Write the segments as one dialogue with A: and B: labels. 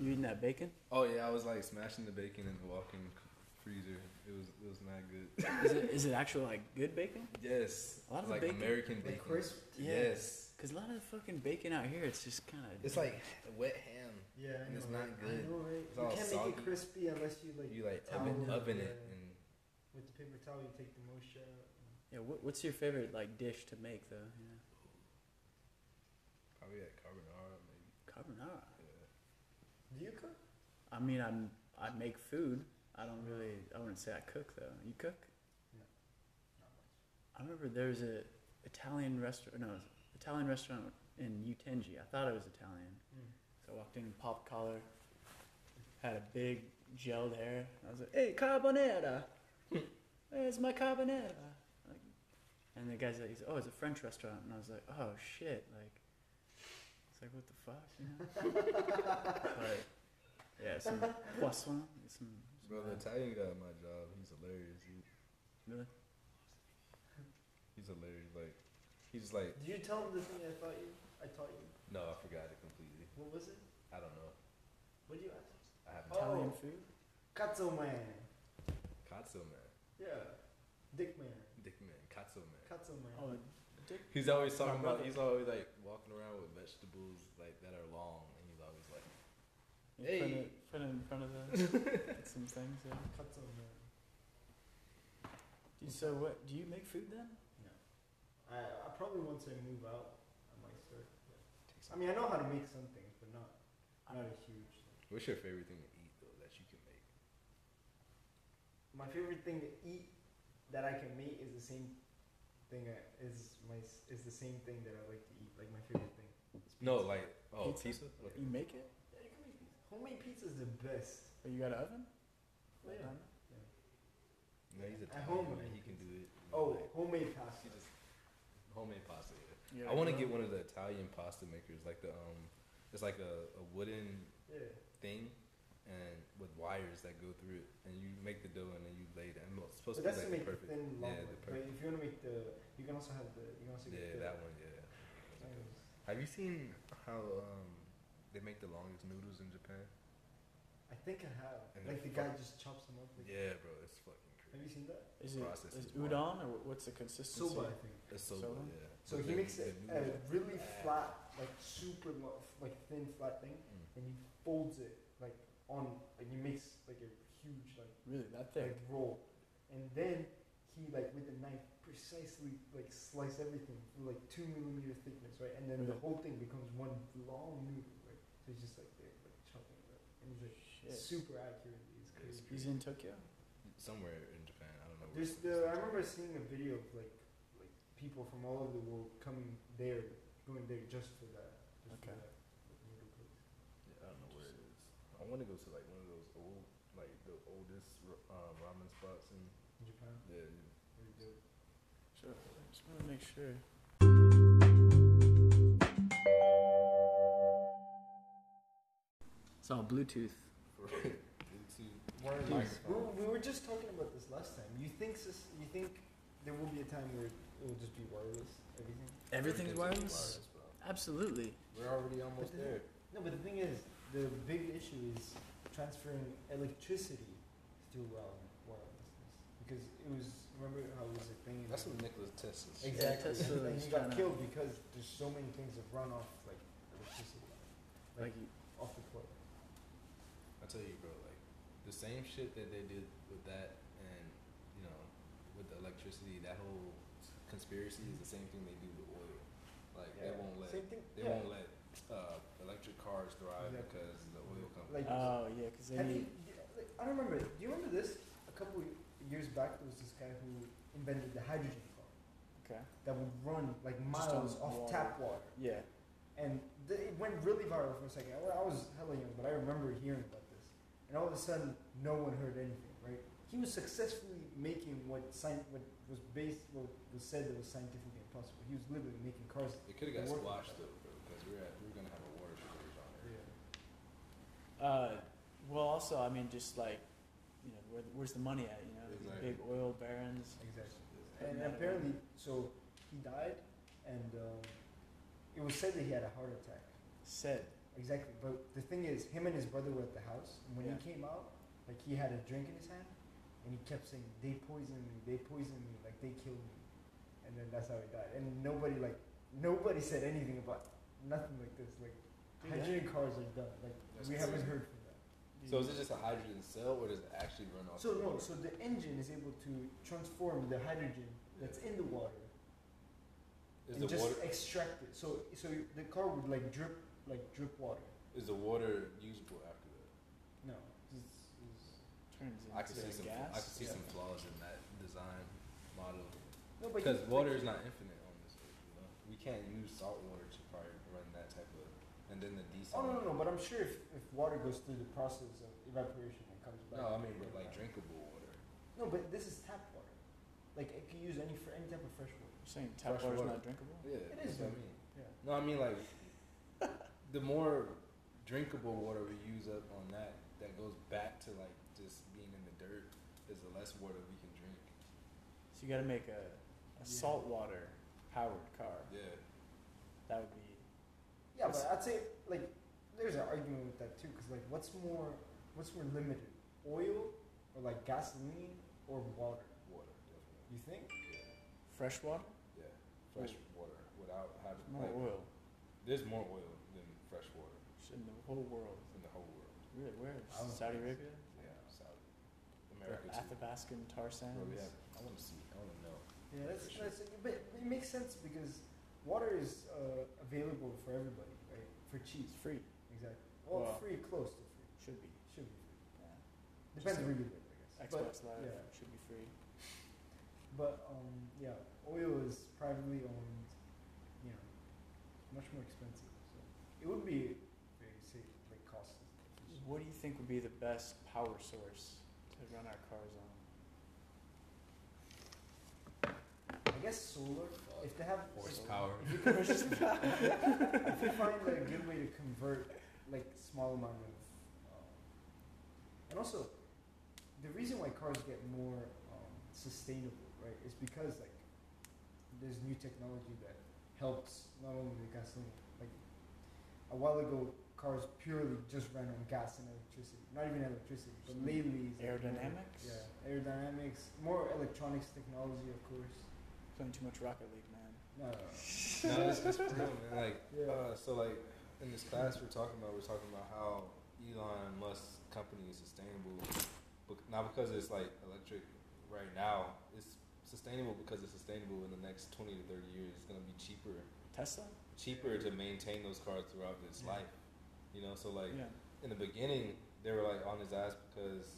A: You eating that bacon?
B: Oh yeah, I was like smashing the bacon in the walk-in freezer. It was it was not good.
A: Is it is it actually like good bacon?
B: Yes,
A: A lot of the
B: like
A: bacon-
B: American
C: the
B: bacon.
C: crisp.
A: Yeah.
B: Yes,
A: Cause a lot of the fucking bacon out here, it's just kind of.
B: it's like wet ham.
C: Yeah, I
B: And it's
C: know,
B: not
C: right?
B: good.
C: I know, right?
B: It's
C: you
B: all
C: can't make
B: soggy.
C: it crispy unless you like
B: You like
C: towel
B: oven,
C: it,
B: oven
C: yeah.
B: it and
C: with the paper towel. You take the moisture out.
A: Yeah, what, what's your favorite like dish to make though? Yeah.
B: probably like carbonara maybe.
A: Carbonara.
B: Yeah.
C: Do you cook?
A: I mean, I'm I make food. I don't really. I wouldn't say I cook though. You cook?
C: Not much.
A: I remember there was a Italian restaurant. No, it was Italian restaurant in Utengi. I thought it was Italian.
C: Mm.
A: So I walked in, pop collar, had a big gelled hair. I was like, "Hey, carbonara, where's my carbonara?" Like, and the guy's like, he's, "Oh, it's a French restaurant." And I was like, "Oh shit!" Like, it's like, "What the fuck?" You know? but, yeah, some poisson, some. some
B: Bro, the Italian guy at my job, he's hilarious. He,
A: really?
B: he's hilarious. Like he's just like
C: Did you tell them the thing I thought you? I taught you.
B: no, I forgot it completely.
C: What was it?
B: I don't know.
C: What did you ask?
B: I haven't.
C: Oh.
A: Italian food.
C: Katsu man.
B: Katsu man,
C: Yeah. Dick man.
B: dick man, katsu man.
C: Katsu man.
A: Oh,
B: He's always
A: My
B: talking about.
A: brother-
B: He's always like walking around with vegetables like that are long, and he's always like.
A: you
B: Hey.
A: put it, put it in front of the some things. Yeah.
C: Katsu man.
A: Do you- So what? Do you make food then?
C: No. I, I probably once I move out, I might start. But
B: Take
C: I
B: some-
C: mean, I know how to make some things, but not not a huge thing.
B: What's your favorite thing to eat though that you can make?
C: My favorite thing to eat that I can make is the same thing. I, is my s- is the same thing that I like to eat. Like my favorite thing.
B: No, like oh
A: Pizza?
B: pizza. Okay.
A: You make it?
C: Yeah, you can make pizza. Homemade pizza is the best.
A: But you got an oven?
C: Oh, yeah.
A: Um,
B: No, he's
C: At
B: Italian.
C: home,
B: man,
C: I
B: he can
C: think.
B: do it. you know,
C: Oh,
B: like,
C: homemade
B: he
C: pasta.
B: just homemade pasta. yeah.
A: you
B: I
A: got
B: want to
A: your
B: get
A: own?
B: one of the Italian pasta makers, like the um, it's like a, a wooden
C: Yeah.
B: thing, and with wires that go through it, and you make the dough and then you lay it. And it's supposed
C: But
B: to be
C: that's
B: like
C: to
B: the
C: make the
B: perfect.
C: thin
B: yeah,
C: long one.
B: the
C: But
B: perfect.
C: if you want to make the, you can also have the, you can also get
B: Yeah,
C: the.
B: that one. Yeah.
C: things.
B: Have you seen how um they make the longest noodles in Japan?
C: I think I have.
B: And
C: like the
B: they're
C: guy
B: fuck-
C: just chops them up. Like,
B: Yeah, bro, it's fucking
C: Have you
B: crazy.
C: seen that?
A: Is it
B: process
A: is
B: is wild.
A: udon or what's the consistency?
C: Soba, I think.
B: It's so
A: Soba?
B: good. Yeah.
C: So
B: But
C: he
B: they-
C: makes
B: they
C: a,
B: do
C: a
B: that.
C: really flat, like super lo- like thin flat thing,
B: Mm.
C: and he folds it like on, like he makes like a huge like
A: Really, that thick?
C: like roll, and then he like with a knife precisely like slice everything for like two millimeter thickness, right? And then the
A: Really?
C: whole thing becomes one long noodle, right? So he's just like there, like chopping it up, and he's like
A: Shit.
C: super accurate. It's
B: Yeah, it's
C: crazy.
A: He's in Tokyo.
B: somewhere in Japan. I don't know.
C: There's
B: where
C: the,
B: it's
C: I remember seeing a video of like like people from all over the world coming there, going there just for that. Just
A: Okay.
C: For that like, noodle place.
B: Yeah, I don't know where it is. I want to go to like one of those old, like the oldest ra- uh, ramen spots in.
C: In Japan,
B: Yeah.
C: very dope.
A: Sure. Just want to make sure. It's all Bluetooth.
B: One of
A: Dude,
C: We, were- we were just talking about this last time. You think sus- you think there will be a time where it will just be wireless everything?
A: Everything's wireless.
B: bro.
A: Absolutely.
B: We're already almost
C: But
B: there.
C: then- No, but the thing is, the big issue is transferring electricity to um, wirelessness because it was remember how it was a thing. in-
B: That's what Nicholas Tesla. said.
C: Exactly.
A: Tesla
C: and
A: is
C: he got
A: tryna-
C: killed because there's so many things that run off like electricity,
A: Like,
C: like, off the plug.
B: I tell you, bro, like the same shit that they did with that, and you know, with the electricity, that whole conspiracy is the same thing they do with oil. Like they
C: Yeah.
B: won't let
C: Same thing.
B: they
C: yeah.
B: won't let uh, electric cars thrive
C: Exactly.
B: because the oil company.
C: Like-
A: oh yeah, because they
C: Have you,
A: need.
C: like, I don't remember. Do you remember this? A couple years back, there was this guy who invented the hydrogen car
A: Okay.
C: that would run like
A: Just on
C: miles off
A: water.
C: tap water,
A: Yeah.
C: and th- it went really viral for a second. I, I was hella young, but I remember hearing about this, and all of a sudden, no one heard anything. Right? He was successfully making what science, what was based, what was said that was scientifically impossible. He was literally making cars
B: It could have got
C: Water.
B: squashed though, bro, because we're at, we're gonna have a water shortage on there.
A: Uh, well, also, I mean, just like, you know, where, where's the money at? You know, these
B: Exactly.
A: big oil barons.
C: Exactly.
A: Yeah.
C: And
A: Yeah.
C: apparently, so he died, and um, it was said that he had a heart attack.
A: Said.
C: Exactly. But the thing is, him and his brother were at the house, and when
A: Yeah.
C: he came out, like he had a drink in his hand, and he kept saying, "They poisoned me. They poisoned me. Like they killed me," and then that's how he died. And nobody like nobody said anything about nothing like this. Like
A: Dude, that-
C: hydrogen cars are done. Like
B: That's
C: we haven't
B: crazy.
C: heard from them.
B: So is it just a hydrogen cell, or does it actually run off?
C: So
B: the
C: no.
B: water?
C: So the engine is able to transform the hydrogen that's in the water
B: is
C: and
B: the
C: just
B: water
C: extract it. So so the car would like drip like drip water.
B: is the water usable after that?
C: No.
A: turns into
B: I could see
A: a
B: some
A: gas.
B: I could see
C: Yeah.
B: some flaws in that design model
C: No, but
B: because
C: you-
B: water is not infinite on this. Earth, you know? We can't use salt water to probably run that type of and then the
C: Oh no,
B: desalination.
C: no, no! But I'm sure if, if water goes through the process of evaporation and comes back.
B: No, I mean but like drinkable water.
C: No, but this is tap water. Like it can use any fr- any type of fresh water.
A: You're saying tap
B: Fresh
A: water's
B: water.
A: not drinkable?
B: Yeah,
C: It
B: that's
C: is
B: what I
C: drinkable.
B: mean.
C: Yeah.
B: No, I mean like the more drinkable water we use up on that, that goes back to like just being in the dirt. Is the less water we can drink.
A: So you gotta make a, a
C: Yeah.
A: saltwater powered car.
B: Yeah.
A: That would be
C: Yeah,
A: It's-
C: but I'd say like there's an argument with that too, because like what's more what's more limited, oil or like gasoline or water?
B: Water, definitely.
C: You think?
B: Yeah,
A: fresh water?
B: yeah. Fresh water without having
A: More
B: like
A: oil.
B: there's more oil than fresh water
A: In the whole world.
B: in the whole world.
A: Really? Where?
C: I don't
A: Saudi
C: know.
A: Arabia?
B: Yeah, South
A: Or
B: America too.
A: Athabascan tar sands?
B: Bro, we have, I want to see. I want to know.
C: Yeah, that's,
B: For sure.
C: that's but it makes sense because water is uh, available for everybody, right? For cheap,
A: It's free.
C: exactly. Well,
A: Well-
C: free, close to free,
A: Should be.
C: should be free.
A: Yeah.
C: Depends
A: Just
C: where you live, I guess. But,
A: Xbox Live
C: yeah.
A: should be free.
C: but um, yeah, oil is privately owned. You know, much more expensive. So it would be very safe, like costly.
A: What do you think would be the best power source to run our cars on?
C: I guess solar. If they have
B: Horsepower.
C: If you, convert, if you find like, a good way to convert like small amount of, um, and also, the reason why cars get more um, sustainable, right, is because like there's new technology that helps not only the gasoline. Like a while ago, cars purely just ran on gas and electricity, not even electricity. But lately, it's, like, more-
A: Aerodynamics?
C: yeah, aerodynamics, more electronics technology, of course.
A: Playing too much Rocket League, man.
C: No, no, no.
B: no, it's, it's real, man. Like,
C: Yeah.
B: uh, so like in this class we're talking about, we're talking about how Elon Musk's company is sustainable, but not because it's like electric right now. It's sustainable because it's sustainable in the next twenty to thirty years. It's gonna be cheaper,
A: Tesla?
B: cheaper to maintain those cars throughout its
C: Yeah.
B: life. You know, so like
A: yeah.
B: in the beginning, they were like on his ass because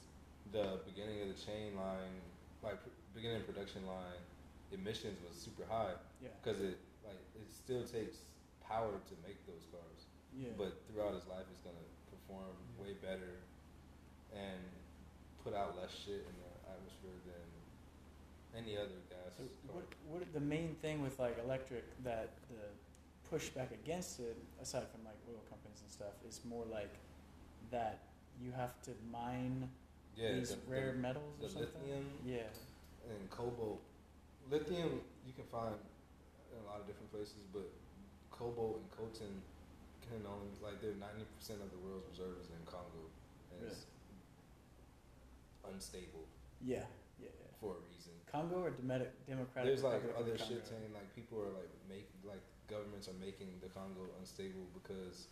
B: the beginning of the chain line, like pr- beginning of production line, emissions was super high
A: Yeah.
B: because it like it still takes power to make those cars,
A: Yeah.
B: but throughout his life, it's gonna perform
C: Yeah.
B: way better and put out less shit in the atmosphere than any other gas
A: So
B: car.
A: what, what the main thing with like electric that the pushback against it, aside from like oil companies and stuff, is more like that you have to mine
B: Yeah,
A: these
B: the,
A: rare
B: the,
A: metals
B: the
A: or something.
B: lithium
A: Yeah,
B: and cobalt. Lithium you can find in a lot of different places, but cobalt and coltan can only like they're ninety percent of the world's reserves in Congo, and it's unstable
A: yeah, yeah. yeah.
B: for a reason.
A: Congo or Demet- Democratic
B: There's like
A: Republic of
B: other
A: Congo?
B: shit saying like people are like make like governments are making the Congo unstable because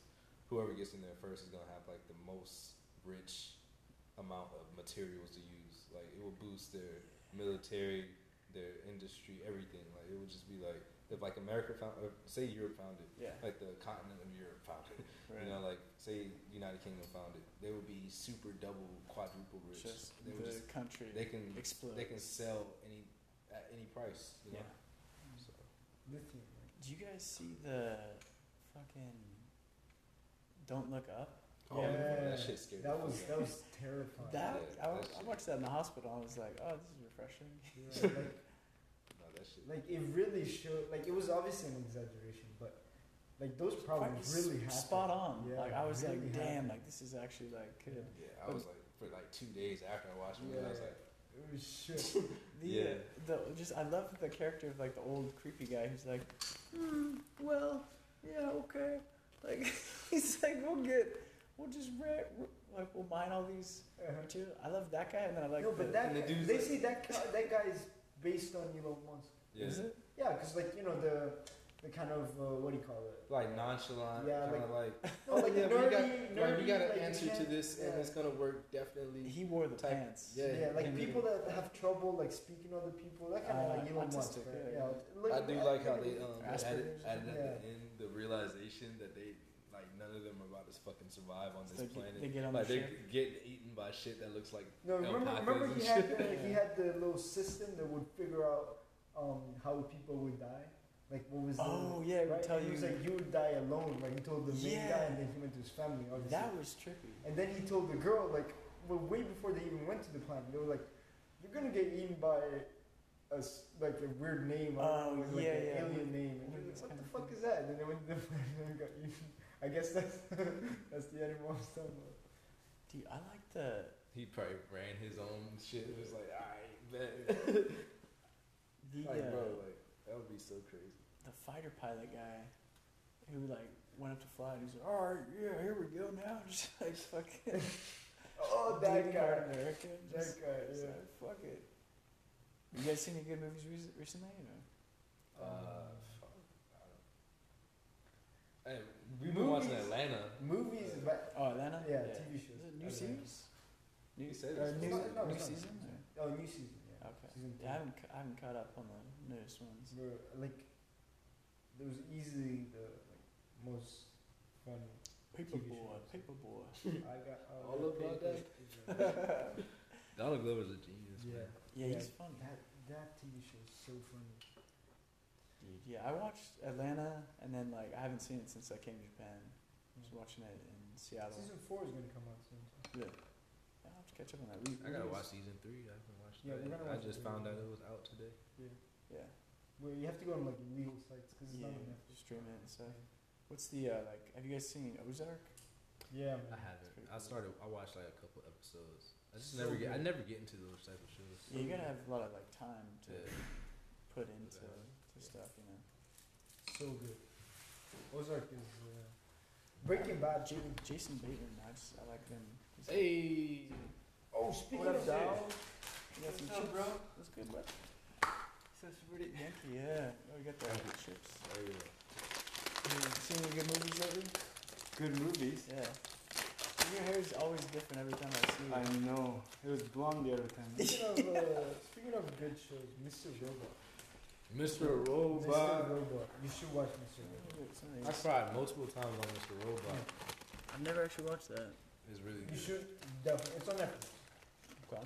B: whoever gets in there first is gonna have like the most rich amount of materials to use. Like it will boost their military, their industry, everything. Like it would just be like if like America found, or say Europe found it,
A: Yeah,
B: like the continent of Europe found it.
A: right.
B: You know, like say United Kingdom found it, they would be super double, quadruple rich.
A: just
B: they
A: the
B: would just
A: country
B: they can
A: explode.
B: they can sell any at any price. You
A: yeah.
B: know? So,
C: Lithium, right?
A: Do you guys see the fucking Don't Look Up? Yeah.
B: oh, man, that shit scared.
C: That
B: the
C: was
B: fuck
C: that
B: out of
C: was terrifying.
A: That
B: Yeah,
A: I, wa-
B: that's-
A: I watched that in the hospital. and I was like, oh, this is refreshing.
C: Yeah, like,
B: me. No, that shit.
C: like it really showed. Like it was obviously an exaggeration, but like those problems
A: Fucking
C: really
A: s-
C: happened.
A: Spot on.
C: Yeah,
A: like I was
C: really
A: like, damn,
C: happened.
A: like this is actually like good.
B: yeah, I was like for like two days after I watched it, I was
C: Yeah.
B: like,
C: It was shit.
A: The,
B: Yeah.
A: the just I love the character of like the old creepy guy who's like, hmm, well, yeah, okay, Like he's like, we'll get, we'll just re- re- like we'll mine all these
C: Uh-huh.
A: material. I love that guy, and then I like
C: no,
A: the-
C: but that
B: and the dude's
C: they
B: like-
C: say that guy, that guy is based on Elon Musk.
B: Yeah.
A: is it?
C: Yeah, because like you know the the kind of uh, what do you call it?
B: Like nonchalant,
C: Yeah,
B: kind of like,
C: Oh, like
B: yeah,
C: nerdy,
B: we got,
C: nerdy,
B: like, we got an
C: like, you
B: answer to
C: can't-
B: this, and
C: yeah.
B: it's gonna work definitely.
A: He wore the
B: Type-
A: pants.
B: yeah.
C: Yeah, like
A: And
C: people that have trouble like speaking to other people, that kind of
A: Uh,
C: like Elon Musk.
A: autistic,
C: Right?
A: yeah,
C: Yeah,
B: I do like how they
C: think
B: um,
C: it's-
B: added,
A: Asperger's?
B: added at the
C: Yeah.
B: end the realization that they like none of them are about to fucking survive on
A: They
B: this
A: get,
B: planet.
A: they get on
B: like
A: the
B: they
A: ship.
B: get eaten by shit that looks like
C: No, remember,
B: alpacas
C: remember
B: and
C: he had
B: shit.
C: the, he had the little system that would figure out um, how people would die. Like what was
A: Oh
C: the
A: yeah, it
C: right?
A: would tell
C: he
A: you
C: was like you would die alone. Like he told the main guy,
A: Yeah.
C: and then he went to his family. Obviously.
A: that was trippy.
C: And then he told the girl, like, well, way before they even went to the planet, they were like, "You're gonna get eaten by a s- like a weird name, I don't
A: Oh,
C: know, like
A: yeah,
C: an
A: yeah.
C: alien name." And
A: What
C: you're
A: is
C: like, "What
A: kind
C: the
A: of
C: fuck
A: thing?
C: is that?" And then they went to the planet and got eaten. I guess that's that's the animal I was talking about.
A: Dude, I like the
B: He probably ran his own shit. It was like, all right, man.
A: the
B: like,
A: uh,
B: bro, like that would be so crazy.
A: the fighter pilot guy who like went up to fly and he's like, all right, yeah, here we go now. Just like fucking.
C: Oh, that
A: Dude,
C: guy,
A: American.
C: that
A: Just,
C: guy,
A: just
C: yeah.
A: like, fuck it. You guys seen any good movies re- recently? You know?
B: Uh,
C: Um,
B: fuck, I don't. Hey, we've been watching
C: Movies.
B: Atlanta.
C: Movies, but
A: Oh, Atlanta.
C: yeah, TV shows.
A: Is it new
C: Okay.
A: series? New
B: He said
A: or
B: it's
A: new,
B: not- no,
A: new
C: it's not.
A: season? or-
C: Oh, new season. Yeah.
A: Okay.
C: Season
A: Yeah, I
C: two.
A: haven't ca- I haven't caught up on the newest ones.
C: were like there was easily the like, most fun
A: Paperboy,
C: shows.
A: Paperboy.
C: I got uh,
B: All about that. Donald Glover's a genius.
C: yeah,
B: Man.
A: Yeah,
C: Yeah.
A: he's funny.
C: that that TV show is so funny.
A: Dude, yeah, I watched Atlanta, and then like I haven't seen it since I came to Japan. I was watching it in Seattle.
C: Season four Mm-hmm. is gonna come out soon. too.
A: Yeah. I'll have to catch up on that. We,
B: I gotta
A: we-
B: watch season three. I haven't watched
C: Yeah, we're
B: that.
C: gonna
B: I
C: watch
B: just
C: it.
B: found out it was out today.
A: Yeah.
C: Where you have to go on like illegal sites because it's
A: Yeah,
C: not on Netflix.
A: stream it and stuff. What's the uh, like? Have you guys seen Ozark?
C: Yeah, man.
B: I haven't.
A: pretty
B: I
A: cool.
B: started. I watched like a couple episodes. I just
C: So
B: never get. I
C: good.
B: never get into those type of shows.
A: Yeah, you gotta have a lot of like time to
B: Yeah.
A: put into
B: Yeah.
A: to stuff, you know.
C: so good. Ozark is uh, Breaking Bad.
A: J- Jason Bateman, I just I like them. He's like,
B: Hey,
C: Oh, speaking
A: What up,
C: of that,
A: dawg? you got some
C: what's up,
A: chips?
C: bro?
A: That's good, bud.
C: so pretty.
A: Yankee, yeah. Oh, we got the
B: Thank you.
A: chips.
B: there you go.
A: You seen any good movies lately?
D: Good movies.
A: Yeah. Your hair is always different every time I see you.
D: I know. It was blonde the other time.
C: Speaking of uh, speaking of good shows, Mr. Robot.
B: Mr.
D: Oh,
C: Mr.
B: Robot.
C: Robot. You should watch Mr. Robot.
A: Oh, look, some of
B: I
A: these.
B: cried multiple times on Mr. Robot.
A: I've never actually watched that.
B: It's really
C: You
B: good.
C: should definitely. It's on Netflix.
A: Okay.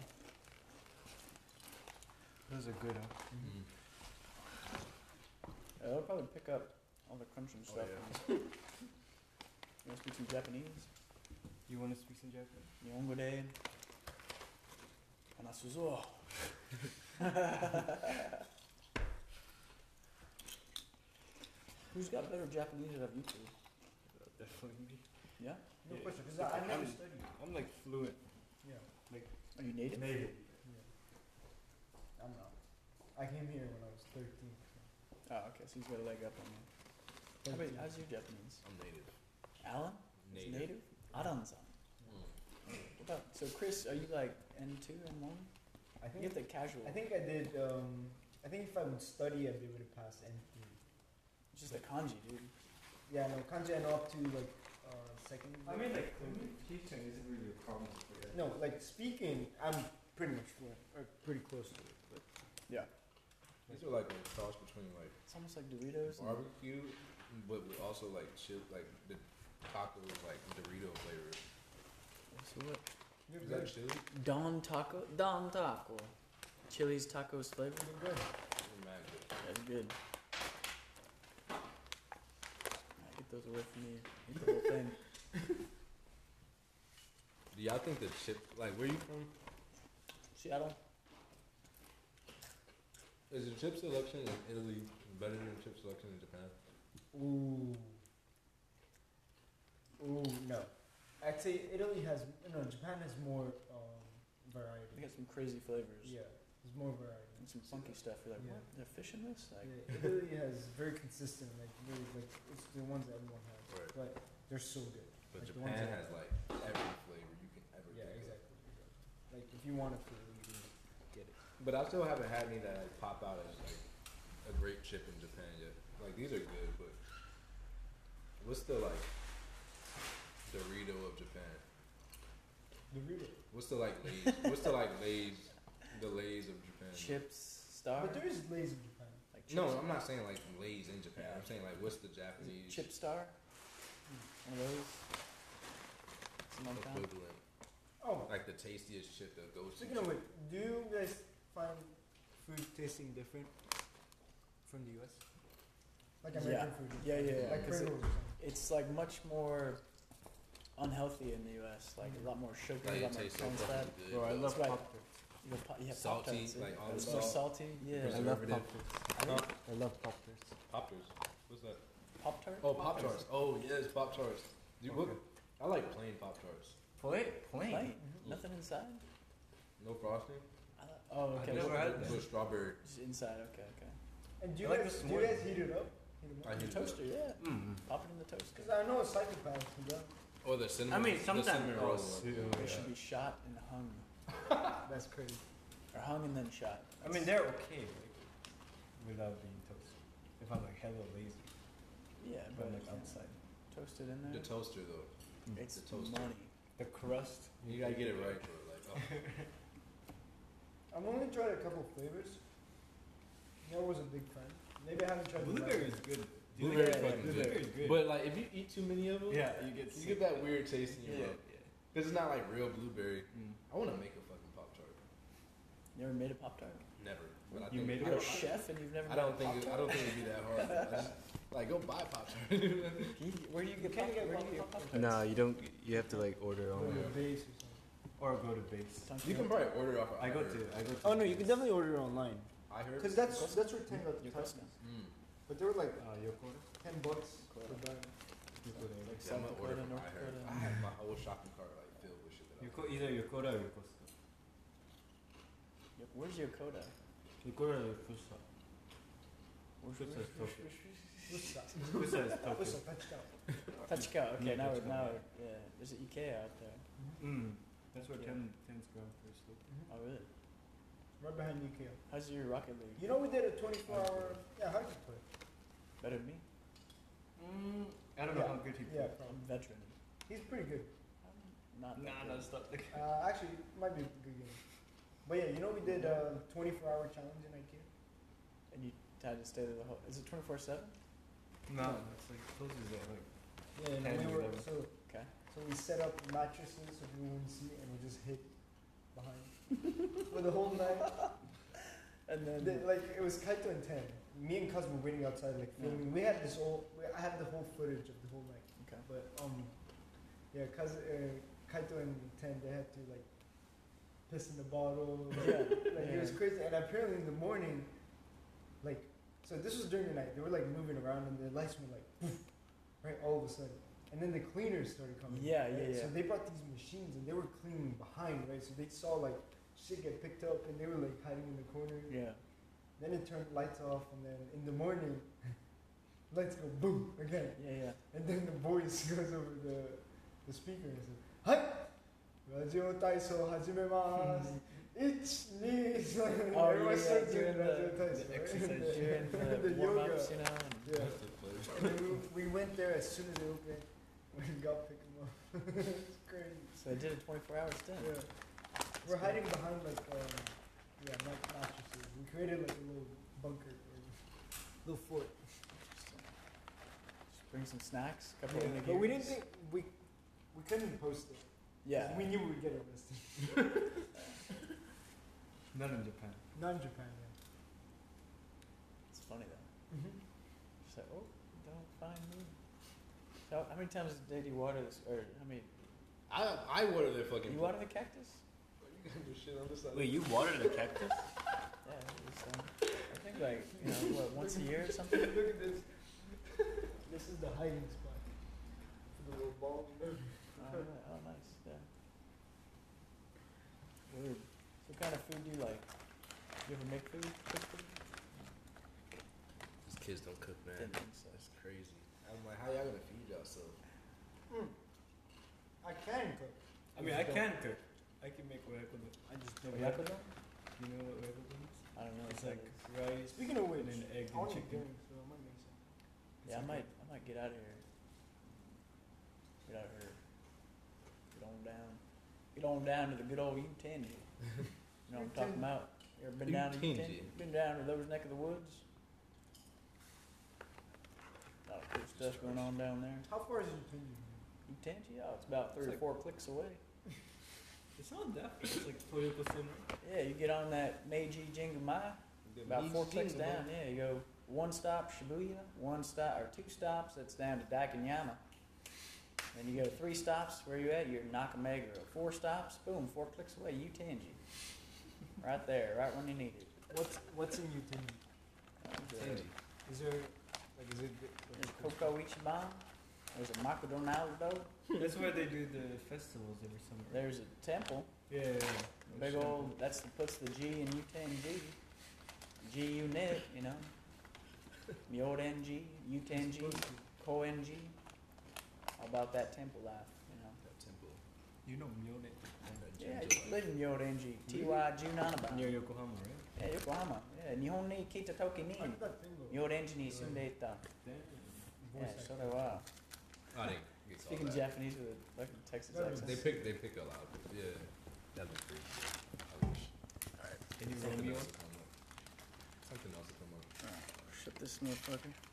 D: Those are good. Huh?
B: Mm.
A: Yeah, I'll probably pick up all the crunch and
B: Oh,
A: stuff.
B: yeah.
A: and- you want to speak some Japanese?
D: You want to speak some Japanese?
A: Nyongo de Hanasuzo. Who's got better Japanese out of you two?
D: Definitely me.
A: Yeah?
C: No
D: Yeah.
C: question, because I, I never
D: I'm-
C: studied.
D: I'm like fluent.
C: Yeah.
A: Are you native?
C: yeah. I'm not. I came here when I was 13.
A: Oh, okay, so he's got a leg up on me. How about, how's your Japanese?
B: I'm native.
A: Alan? Is
B: Native.
A: native? Adan's
B: Mm.
A: What about, so Chris, are you like N2, N1?
C: I
A: You
C: think
A: get the casual.
C: I think I did. Um, I think if I would study, I'd be able to pass NP.
A: It's just the kanji, dude.
C: Yeah, no, kanji I know up to like uh, second.
D: like, teaching isn't really a problem for you.
C: no, like speaking, I'm pretty much fluent, or pretty close to it. But
B: These are like a cross between like
A: It's almost like Doritos. and-
B: barbecue, but with also like chip, like the tacos, like Dorito flavor.
A: So what?
C: you're
B: Is
C: good.
B: that chili?
A: Don taco? Don taco. Chili's tacos flavor?
C: You're good.
B: Or mad good?
A: That's good. Alright, get those away from me. Eat the whole thing.
B: Do y'all think the chip, like where you from?
A: Seattle?
B: Is the chip selection in Italy better than chip selection in Japan?
C: Ooh. Ooh, no. I'd say Italy has no. Japan has more um,
A: They
C: variety.
A: got some crazy flavors.
C: Yeah. It's more variety.
A: And some funky stuff. You're like,
C: Yeah.
A: what? They're fishing this? Like,
C: Yeah, it really has very consistent, like really like it's the ones that everyone has,
B: Right.
C: but they're so good.
B: But
C: Like the
B: Japan
C: ones that-
B: has like every flavor you can ever
C: Yeah,
B: think of.
C: exactly. Like if you want it to, you can get it.
B: But I still haven't had any that like pop out as like a great chip in Japan yet. Like these are good, but what's the like Dorito of Japan?
C: The real.
B: What's the like Lay's? what's the like Lay's? The Lay's of Japan.
A: chips, star.
C: But there is lazy in Japan.
A: like
B: No,
A: chips-
B: I'm not saying like Lay's in Japan. I'm saying like what's the
A: is it
B: Japanese
A: chip star? One of those? Some on top?
B: equivalent?
C: Oh,
B: Like the tastiest chip that goes to
C: speaking of which, do you guys find food tasting different from the U.S.? Like
A: Yeah.
C: American food.
A: Yeah, yeah, yeah,
C: Like
A: 'cause it-
C: Pringles. or something.
A: It's like much more unhealthy in the US. Like
C: Mhm.
A: a lot more sugar,
B: like
A: a
B: it
A: lot more
B: tastes so
A: trans fat.
B: fucking good.
D: Bro, I
B: though.
D: love
A: right.
D: pop tarts.
A: You have, pop- you have
B: Salty,
A: Pop-Tarts,
B: like, all the
A: it's more
B: salt.
A: salty.
B: Because
A: Yeah,
D: I
B: Preserve-
D: love
B: it in-
D: pop tarts. I
B: Huh?
D: love, I love pop tarts.
B: Poppers. What's that?
A: Pop Tart.
B: Oh, Pop Tarts. Oh, yes, Pop Tarts. Dude, what?
D: Okay.
B: I like plain Pop Tarts.
D: Plain, plain.
A: Plain.
C: Mhm.
A: Nothing inside.
B: No frosting?
A: I li- Oh, okay.
B: I
D: never
B: just-
D: had
B: it's
D: that.
B: with strawberry.
A: Just inside. Okay, okay.
C: And do
D: I
C: you
D: like
C: guys
D: this
C: do you
D: one.
C: guys heat it up? Heat 'em
B: I
C: up?
A: In
B: heat
A: the
B: it up.
A: toaster, yeah.
B: Hmm.
D: Mm.
A: Pop it in the toaster.
C: Because I know psychopaths can do that.
B: Or Oh, the cinnamon.
D: I mean,
B: the
D: sometimes-
B: cinnamon
D: oh,
B: roll.
D: cinnamon,
A: They
B: Yeah.
A: should be shot and hung,
C: That's crazy.
A: or hung and then shot.
D: I mean, they're okay like, without being toasted. If I'm like hella lazy,
A: yeah,
D: if
A: but
D: I'm like
A: yeah,
D: outside,
A: toasted in there.
B: The toaster, though.
A: it's
B: the toaster.
A: money.
D: the crust.
B: You gotta get it right, bro. Like, oh.
C: I've only tried a couple flavors. I was a big fan. Maybe I haven't tried the
D: Blueberry
C: black
D: is good.
B: Do you like Blueberry is that?
D: yeah,
B: fucking good.
D: blueberry is good.
B: But, like, if you eat too many of them,
D: yeah, you get
B: you
D: sick.
B: get that weird taste in your
D: Yeah.
B: mouth. Because it's not like real blueberry.
D: Mm.
B: I wanna make a fucking Pop Tart.
A: You ever made a pop tart?
B: Never. But I
D: You
B: think,
D: made it?
B: I
A: You're a
B: don't,
A: chef and you've never.
B: I
A: made a
B: don't think it, I
A: Pop-Tart?
B: don't think it'd be that hard. I just, like, go buy Pop Tart.
A: Can you- Where do you
C: You
A: get
C: can't
A: pop?
C: get
A: Where do you get
C: Pop-Tarts.
A: pop?
E: No, you don't. You have to like
A: Oh,
E: order
C: one.
E: online.
C: Or
B: yeah.
C: the base or something.
D: Or go to base.
B: you can probably order off. of
D: I go
B: iHerb.
D: to. I go to.
C: Oh no, you can definitely order it online.
B: I heard.
C: Cause that's that's where ten got the
A: Your
C: top.
A: custom.
B: Mm.
C: But they were like
D: Uh, Yokota.
C: ten bucks for
A: Cool.
C: buying.
A: Like
D: Yokota.
B: Yeah, I'm
A: South
B: gonna
A: Dakota,
B: order from
A: North
B: iHerb. I
A: Dakota.
B: have my whole shopping cart like filled with shit that I
D: Yoko, either Yokota or Yokosuka.
A: Yo- Where's your coda?
D: Yokota or Yokosuka.
A: Where's
D: Fusa is Tokyo.
C: What's that?
D: Fusa is
C: What's that?
D: Tokyo.
C: That's down.
A: Tachikawa. Okay,
D: Yeah,
A: now we're
D: Tachikawa.
A: now we're, yeah. There's an Ikea out there.
D: Mm. That's where
A: Yeah.
D: ten ten's going for sleep.
A: Oh really?
C: Right behind you, Kale.
A: How's your Rocket League?
C: You know we did a twenty-four hour. Yeah, how did you play?
A: Better than me.
D: Mm, I don't
C: Yeah.
D: know how good he
C: Yeah,
D: played.
A: I'm
C: probably.
A: a veteran.
C: He's pretty good.
A: I'm not.
D: Nah,
A: that
D: no,
A: good.
D: it's not the guy.
C: Uh, actually, it might be a good game. But yeah, you know we did a twenty-four hour challenge in IKEA.
A: And you had to stay there the whole. Is it twenty four seven?
D: No, it's like closes at like.
C: Yeah, and
D: Ten
C: we
D: or
C: were
D: eleven.
C: so
A: Okay.
C: so we set up mattresses so people wouldn't see, and we just hid behind for the whole night.
A: And then
C: The- like it was Kaito and Ten. Me and Cuz were waiting outside, like
A: Yeah.
C: filming. We had this whole. We, I had the whole footage of the whole night.
A: okay.
C: But um, yeah, Cuz uh, Kaito and Ten, they had to like piss in the bottle. Like,
A: Yeah.
C: like, it was
A: Yeah.
C: crazy. And apparently in the morning, like, so this was during the night. They were like moving around, and the lights were like, right, all of a sudden. And then the cleaners started coming.
A: Yeah,
C: right?
A: yeah, yeah.
C: So they brought these machines, and they were cleaning behind, right? So they saw like shit get picked up, and they were like hiding in the corner.
A: Yeah.
C: Then it turned lights off, and then in the morning, lights go boom again.
A: Yeah, yeah.
C: And then the voice goes over the, the speaker and says, Hi! ラジオ体操始め ます。一、 二、三。
A: Oh,
C: Everyone
A: yeah, yeah, doing
C: starts doing
A: the-
C: ラジオ体操,
D: the
C: right?
D: exercise,
C: The-
A: You're in the,
C: the
A: warm
C: yoga.
A: ups, you know. and-
C: Yeah.
B: That's the flavor.
C: And then we, we went there as soon as they opened. We got picked them up. it's crazy.
A: So I did a 24 hour stint.
C: Yeah. We're hiding behind like, um, yeah, mat- mattresses. We created like a little bunker, or little fort.
A: Just bring some snacks, couple
C: Yeah,
A: of
C: but we
A: nigiris.
C: didn't think, we, we couldn't post it.
A: Yeah.
C: We knew we would get arrested.
D: Not in Japan.
C: Not in Japan, yeah.
A: It's funny though.
C: Mm-hmm.
A: Just like, oh, don't find me. So how many times a day do you water this? Or how many?
B: I I water their fucking.
A: You water the cactus?
B: You gotta do shit on this side.
D: you watered a cactus?
A: Yeah. It's, um, I think like you know what once a year or something.
C: Look at this. This is the hiding spot. For the little ball.
A: Oh, really? oh nice. Yeah. Weird. So what kind of food do you like?
D: You ever make food? Cook food?
B: These kids don't cook, man. That's crazy. I'm like, how y'all gonna feed yourself?
C: I can cook.
D: I mean, I
C: Don't.
D: can cook. I can make oyakodon.
C: I just
D: No,
C: don't.
D: oyakodon? Do you know what oyakodon is?
A: I don't know.
D: It's
A: what
D: like
A: that is.
D: rice
C: Speaking of which,
D: and an
C: I
D: egg and
C: want to
D: chicken.
C: drink, so I might make some.
A: yeah, I
D: It's
A: might,
D: like-
A: I might get out of here. Get out of here. Get on down. Get on down to the good old Utendia. you know what I'm talking about? You ever been down to
B: Utendia.
A: Utendia? Been down to those neck of the woods? A lot of good stuff going on down there.
C: How far is it from you?
A: Utendia? Oh, it's about three
D: It's
A: or
D: like-
A: four clicks away.
D: It's not that far. It's like Toyota Center.
A: Yeah, you get on that Meiji Jingamai. About four clicks down, yeah, you go one stop Shibuya, one stop, or two stops, that's down to Dakinyama. Then you go three stops, where you at, you're in Nakameguro. Four stops, boom, four clicks away, you Tenji. Right there, right when you need it.
C: What's What's in you, Tim?
A: There's
B: Tenji.
C: Is there like is it?
A: Coco Ichiban, there's a Makodonaldo,
D: That's where they do the festivals every summer.
A: there's a temple,
D: Yeah, yeah, yeah.
A: big old, that's, the puts the G in Utenji. G unit, you know. Myodenji, Utenji. Koenji, about that temple life, you know.
B: That temple.
D: You know Mione.
B: That
A: Yeah, I
B: ginger
A: used to live
B: life.
A: in Yorenji, TY Junanaba.
D: Near Yokohama, right?
A: Yeah, Yokohama. Yeah, Nihon ni Kitatoki ni
C: How did that thing go?
A: Yorenji ni Sundeta.
D: Damn.
A: Yeah,
C: Voice
A: so
C: actor.
A: they were.
B: Oh, they, it's all
A: Speaking
B: that.
A: Japanese with a fucking Texas
C: They
B: They
A: accent.
B: pick. They pick a lot. Of, yeah, that looks pretty good. I wish.
D: Any
B: Something
D: Romeo?
B: else will come up. Something else will come up.
A: Shut this motherfucker.